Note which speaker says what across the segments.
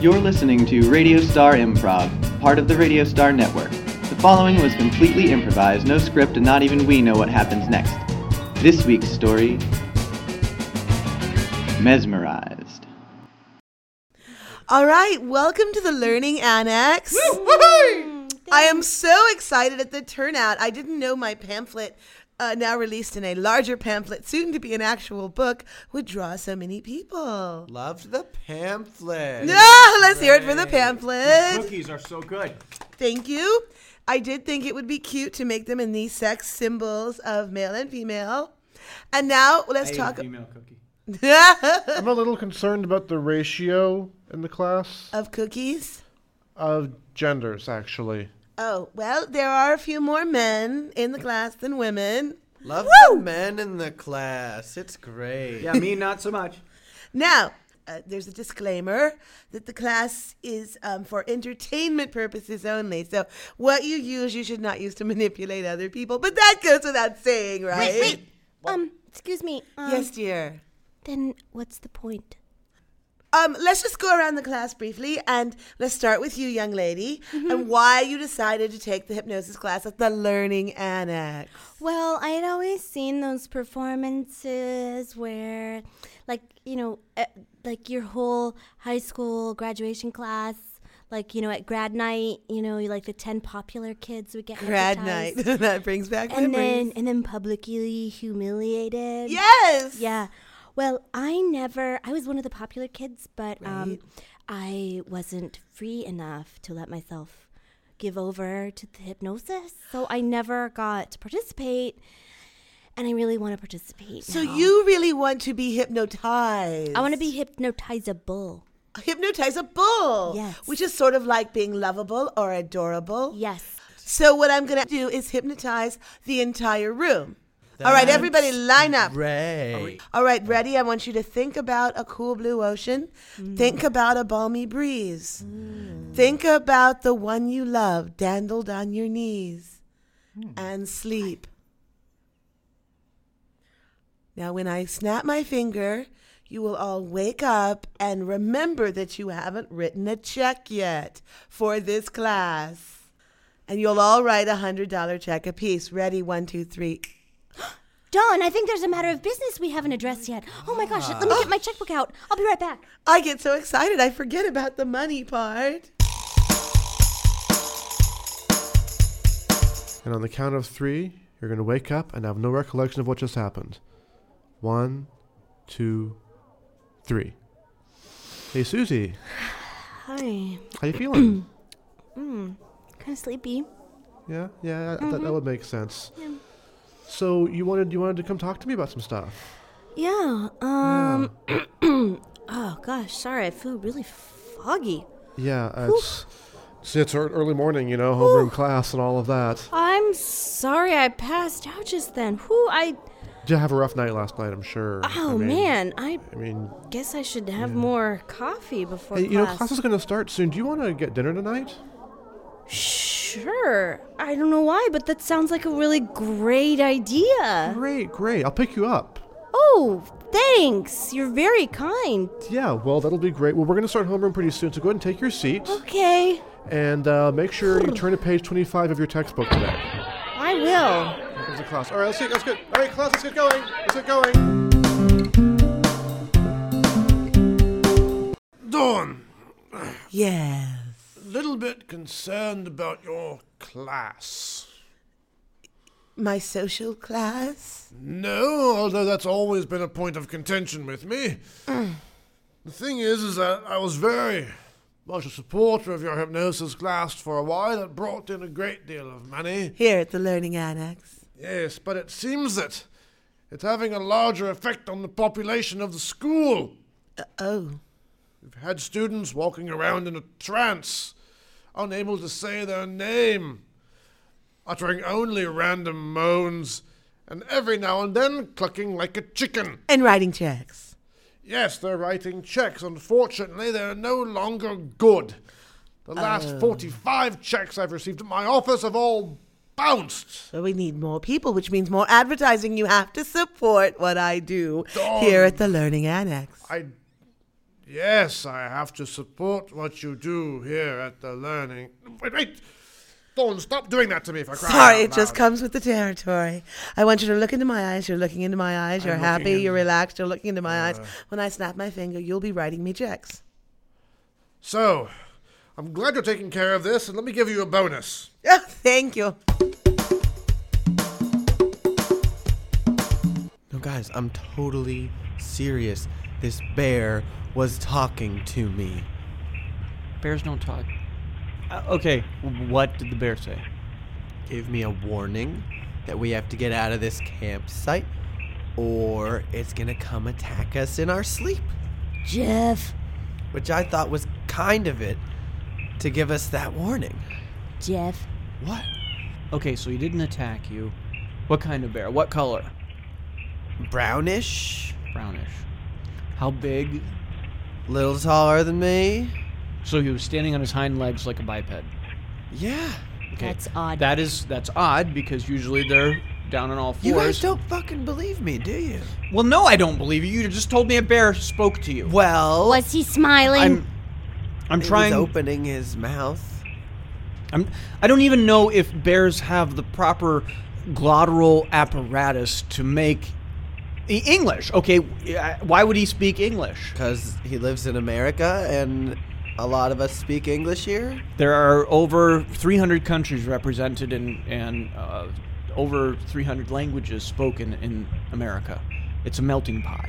Speaker 1: You're listening to Radio Star Improv, part of the Radio Star Network. The following was completely improvised, no script, and not even we know what happens next. This week's story Mesmerized.
Speaker 2: All right, welcome to the Learning Annex. Mm, I am so excited at the turnout. I didn't know my pamphlet, uh, now released in a larger pamphlet, soon to be an actual book, would draw so many people.
Speaker 3: Loved the pamphlet.
Speaker 2: No, let's hear it for the pamphlet.
Speaker 4: Cookies are so good.
Speaker 2: Thank you. I did think it would be cute to make them in these sex symbols of male and female. And now let's talk.
Speaker 4: Female cookie.
Speaker 5: I'm a little concerned about the ratio in the class
Speaker 2: of cookies.
Speaker 5: of genders, actually.
Speaker 2: Oh, well, there are a few more men in the class than women.
Speaker 3: Love the men in the class. It's great.
Speaker 4: Yeah, me not so much.
Speaker 2: Now, uh, there's a disclaimer that the class is um, for entertainment purposes only. So, what you use, you should not use to manipulate other people. But that goes without saying, right?
Speaker 6: Wait, wait. Um, excuse me. Um,
Speaker 2: Yes, dear.
Speaker 6: Then what's the point?
Speaker 2: Um, let's just go around the class briefly, and let's start with you, young lady,
Speaker 6: Mm-hmm.
Speaker 2: and why you decided to take the hypnosis class at the Learning Annex.
Speaker 6: Well, I had always seen those performances where, like, you know, eh, like your whole high school graduation class, like, you know, at grad night, you know, like the 10 popular kids would get
Speaker 2: Grad night.
Speaker 6: hypnotized.
Speaker 2: that brings back
Speaker 6: And
Speaker 2: memories.
Speaker 6: then, and then publicly humiliated.
Speaker 2: yes.
Speaker 6: Yeah. Well, I never. I was one of the popular kids, but um, I wasn't free enough to let myself give over to the hypnosis, so I never got to participate. And I really want to participate.
Speaker 2: So
Speaker 6: now.
Speaker 2: you really want to be hypnotized?
Speaker 6: I want to be hypnotizable.
Speaker 2: hypnotize a bull.
Speaker 6: Yes.
Speaker 2: Which is sort of like being lovable or adorable.
Speaker 6: Yes.
Speaker 2: So what I'm gonna do is hypnotize the entire room. All right,
Speaker 3: That's
Speaker 2: everybody, line up.
Speaker 3: Great.
Speaker 2: All right, ready? I want you to think about a cool blue ocean. Think about a balmy breeze. Think about the one you love, dandled on your knees, and sleep. Now, when I snap my finger, you will all wake up and remember that you haven't written a check yet for this class. And you'll all write a $100 check apiece. Ready? One, two, three.
Speaker 6: Dawn, I think there's a matter of business we haven't addressed yet. Oh my gosh, let me get my checkbook out. I'll be right back.
Speaker 2: I get so excited I forget about the money part.
Speaker 5: And on the count of three, you're going to wake up and have no recollection of what just happened. One, two, three. Hey, Susie,
Speaker 6: Hi.
Speaker 5: how you feeling?
Speaker 6: Kind of sleepy.
Speaker 5: yeah, yeah, that,
Speaker 6: Mm-hmm.
Speaker 5: that would make sense. So you wanted you wanted to come talk to me about some stuff.
Speaker 6: Yeah. Um. oh gosh, sorry. I feel really foggy.
Speaker 5: Yeah, uh, it's, it's it's ear- early morning, you know, homeroom class and all of that.
Speaker 6: I'm sorry. I passed out just then. Who I?
Speaker 5: Did you have a rough night last night? I'm sure. I
Speaker 6: Oh
Speaker 5: mean-
Speaker 6: man. I
Speaker 5: I mean,
Speaker 6: guess I should have more coffee before
Speaker 5: Hey,
Speaker 6: class.
Speaker 5: you know, class is going to start soon. Do you want to get dinner tonight?
Speaker 6: sure. I don't know why, but that sounds like a really great idea.
Speaker 5: Great, great. I'll pick you up.
Speaker 6: Oh, thanks. You're very kind.
Speaker 5: Yeah, well, that'll be great. Well, we're going to start homeroom pretty soon, so go ahead and take your seat
Speaker 6: Okay.
Speaker 5: and uh, make sure you turn to page 25 of your textbook today.
Speaker 6: I will.
Speaker 5: Here comes the class. All right, let's get, let's get, all right, class, let's get going. Let's get going.
Speaker 7: Dawn,
Speaker 2: Yes.
Speaker 7: little bit concerned about your class.
Speaker 2: My social class?
Speaker 7: No, although that's always been a point of contention with me. The thing is, is that I was very much a supporter of your hypnosis class for a while. It brought in a great deal of money.
Speaker 2: Here at the Learning Annex.
Speaker 7: Yes, but it seems that it's having a larger effect on the population of the school.
Speaker 2: Oh.
Speaker 7: We've had students walking around in a trance, unable to say their name, uttering only random moans, and every now and then clucking like a chicken.
Speaker 2: And writing checks.
Speaker 7: Yes, they're writing checks. Unfortunately, they're no longer good. The
Speaker 2: Oh.
Speaker 7: last 45 checks I've received at my office have all bounced.
Speaker 2: But we need more people, which means more advertising. You have to support what I do here at the Learning Annex.
Speaker 7: I Yes, I have to support what you do here at the learning. Wait, wait! Dawn, stop doing that to me if I cry.
Speaker 2: Sorry, it just comes with the territory. I want you to look into my eyes. You're looking into my eyes. You're
Speaker 7: I'm looking
Speaker 2: happy.
Speaker 7: in- Uh.
Speaker 2: You're relaxed. You're looking into my eyes. When I snap my finger, you'll be writing me checks.
Speaker 7: So, I'm glad you're taking care of this, and let me give you a bonus.
Speaker 2: Oh, thank you.
Speaker 3: No, guys, I'm totally serious. This bear was talking to me.
Speaker 4: Bears don't talk. Uh, okay, what did the bear say?
Speaker 3: Gave me a warning that we have to get out of this campsite or it's gonna come attack us in our sleep.
Speaker 6: Jeff,
Speaker 3: Which I thought was kind of it to give us that warning.
Speaker 6: Jeff,
Speaker 3: What?
Speaker 4: Okay, so he didn't attack you. What kind of bear? What color?
Speaker 3: Brownish?
Speaker 4: Brownish. How big?
Speaker 3: Little taller than me?
Speaker 4: So he was standing on his hind legs like a biped.
Speaker 3: Yeah.
Speaker 4: Okay.
Speaker 6: That's odd.
Speaker 4: That is that's odd because usually they're down on all fours.
Speaker 3: You guys don't fucking believe me, do you?
Speaker 4: Well, no, I don't believe you. You just told me a bear spoke to you.
Speaker 3: Well,
Speaker 6: was he smiling?
Speaker 4: I'm I'm
Speaker 3: he
Speaker 4: trying
Speaker 3: was opening his mouth.
Speaker 4: I'm, I don't even know if bears have the proper glottal apparatus to make e- English. Okay, I- why would he speak English?
Speaker 3: Because he lives in America and a lot of us speak English here.
Speaker 4: There are over 300 countries represented and and uh, over 300 languages spoken in America. It's a melting pot.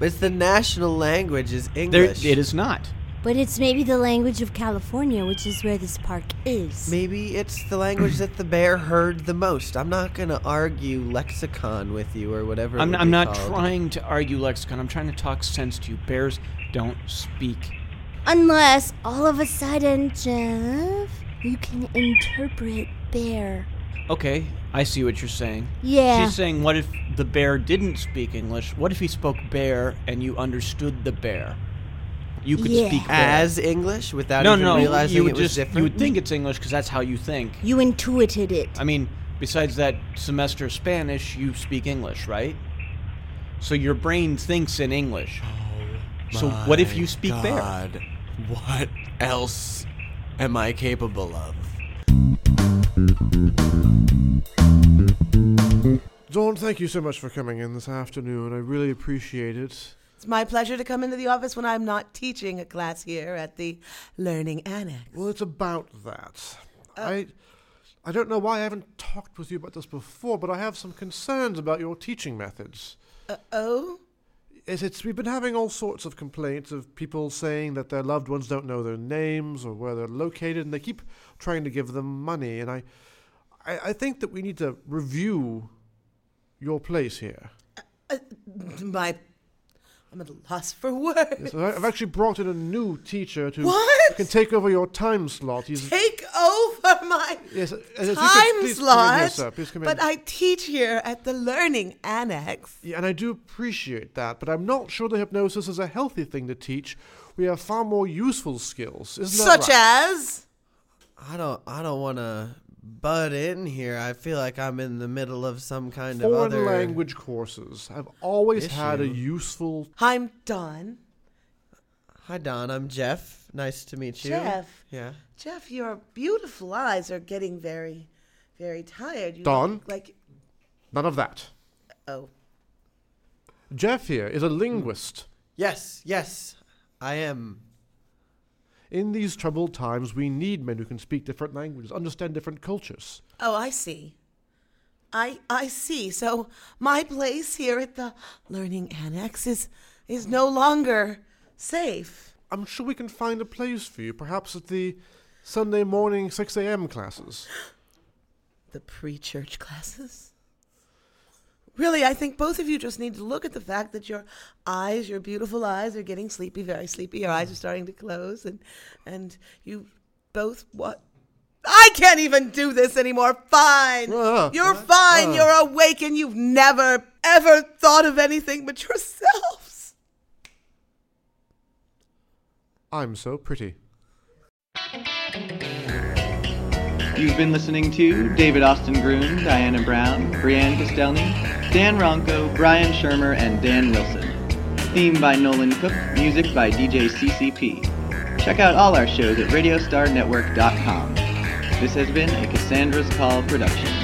Speaker 3: But it's the national language is
Speaker 4: There,
Speaker 3: English.
Speaker 4: it is not.
Speaker 6: but it's maybe the language of California, which is where this park is.
Speaker 3: Maybe it's the language that the bear heard the most. I'm not going to argue lexicon with you or whatever. it
Speaker 4: I'm,
Speaker 3: would
Speaker 4: I'm
Speaker 3: be
Speaker 4: not
Speaker 3: called.
Speaker 4: trying to argue lexicon. I'm trying to talk sense to you. Bears don't speak.
Speaker 6: Unless all of a sudden, Jeff, you can interpret bear.
Speaker 4: Okay, I see what you're saying.
Speaker 6: Yeah.
Speaker 4: She's saying, what if the bear didn't speak English? What if he spoke bear and you understood the bear? You could
Speaker 6: Yeah.
Speaker 4: speak bear.
Speaker 3: As English without
Speaker 4: no,
Speaker 3: even
Speaker 4: no,
Speaker 3: realizing
Speaker 4: you would
Speaker 3: it was
Speaker 4: just
Speaker 3: different.
Speaker 4: you would think it's English because that's how you think.
Speaker 6: you intuited it.
Speaker 4: I mean, besides that semester of Spanish, you speak English, right? So your brain thinks in English.
Speaker 3: Oh
Speaker 4: so what if you speak bear?
Speaker 3: God, what else am I capable of?
Speaker 7: Dawn, thank
Speaker 5: Thank you so much for coming in this afternoon. I really appreciate it.
Speaker 2: It's my pleasure to come into the office when I'm not teaching a class here at the Learning Annex.
Speaker 5: Well, it's about that.
Speaker 2: Uh,
Speaker 5: I I don't know why I haven't talked with you about this before, but I have some concerns about your teaching methods.
Speaker 2: Uh, oh,
Speaker 5: It's, it's we've been having all sorts of complaints of people saying that their loved ones don't know their names or where they're located, and they keep trying to give them money. And I I, I think that we need to review your place here.
Speaker 2: my. I'm at a loss for words.
Speaker 5: So I- I've actually brought in a new teacher to
Speaker 2: What?
Speaker 5: can take over your time slot. He's
Speaker 2: Take over my
Speaker 5: yes, and if you could
Speaker 2: time
Speaker 5: please come in
Speaker 2: slot.
Speaker 5: here, sir. Please come in.
Speaker 2: But I teach here at the Learning Annex.
Speaker 5: Yeah, and I do appreciate that, but I'm not sure that hypnosis is a healthy thing to teach. We have far more useful skills, isn't that
Speaker 2: Such
Speaker 5: right?
Speaker 2: as.
Speaker 3: I don't. I don't want to butt in here. I feel like I'm in the middle of some kind of
Speaker 5: Foreign
Speaker 3: other
Speaker 5: language courses have always had a
Speaker 3: issue.
Speaker 5: useful.
Speaker 2: I'm Don.
Speaker 3: Hi, Don. I'm Jeff. Nice to meet you.
Speaker 2: Jeff.
Speaker 3: Yeah.
Speaker 2: Jeff, your beautiful eyes are getting very, very tired. You
Speaker 5: Don?
Speaker 2: look Like,
Speaker 5: None of that.
Speaker 2: oh.
Speaker 5: Jeff here is a
Speaker 3: Hmm.
Speaker 5: linguist.
Speaker 3: Yes. Yes. I am.
Speaker 5: In these troubled times, we need men who can speak different languages, understand different cultures.
Speaker 2: Oh, I see. I I see. So my place here at the Learning Annex is is no longer safe.
Speaker 5: I'm sure we can find a place for you, perhaps at the Sunday morning 6 a.m. classes.
Speaker 2: The pre-church classes. Really, I think both of you just need to look at the fact that your eyes, your beautiful eyes, are getting sleepy, very sleepy. Your eyes are starting to close, and and you both what? I can't even do this anymore. Fine,
Speaker 5: Uh,
Speaker 2: you're fine.
Speaker 5: uh.
Speaker 2: You're awake, and you've never ever thought of anything but yourselves.
Speaker 5: I'm so pretty.
Speaker 1: You've been listening to David Austin Groon, Diana Brown, Brianne Castelny, Dan Ronco, Brian Shermer, and Dan Wilson. Theme by Nolan Cook, music by DJ CCP. Check out all our shows at radiostarnetwork.com. This has been a Cassandra's Call production.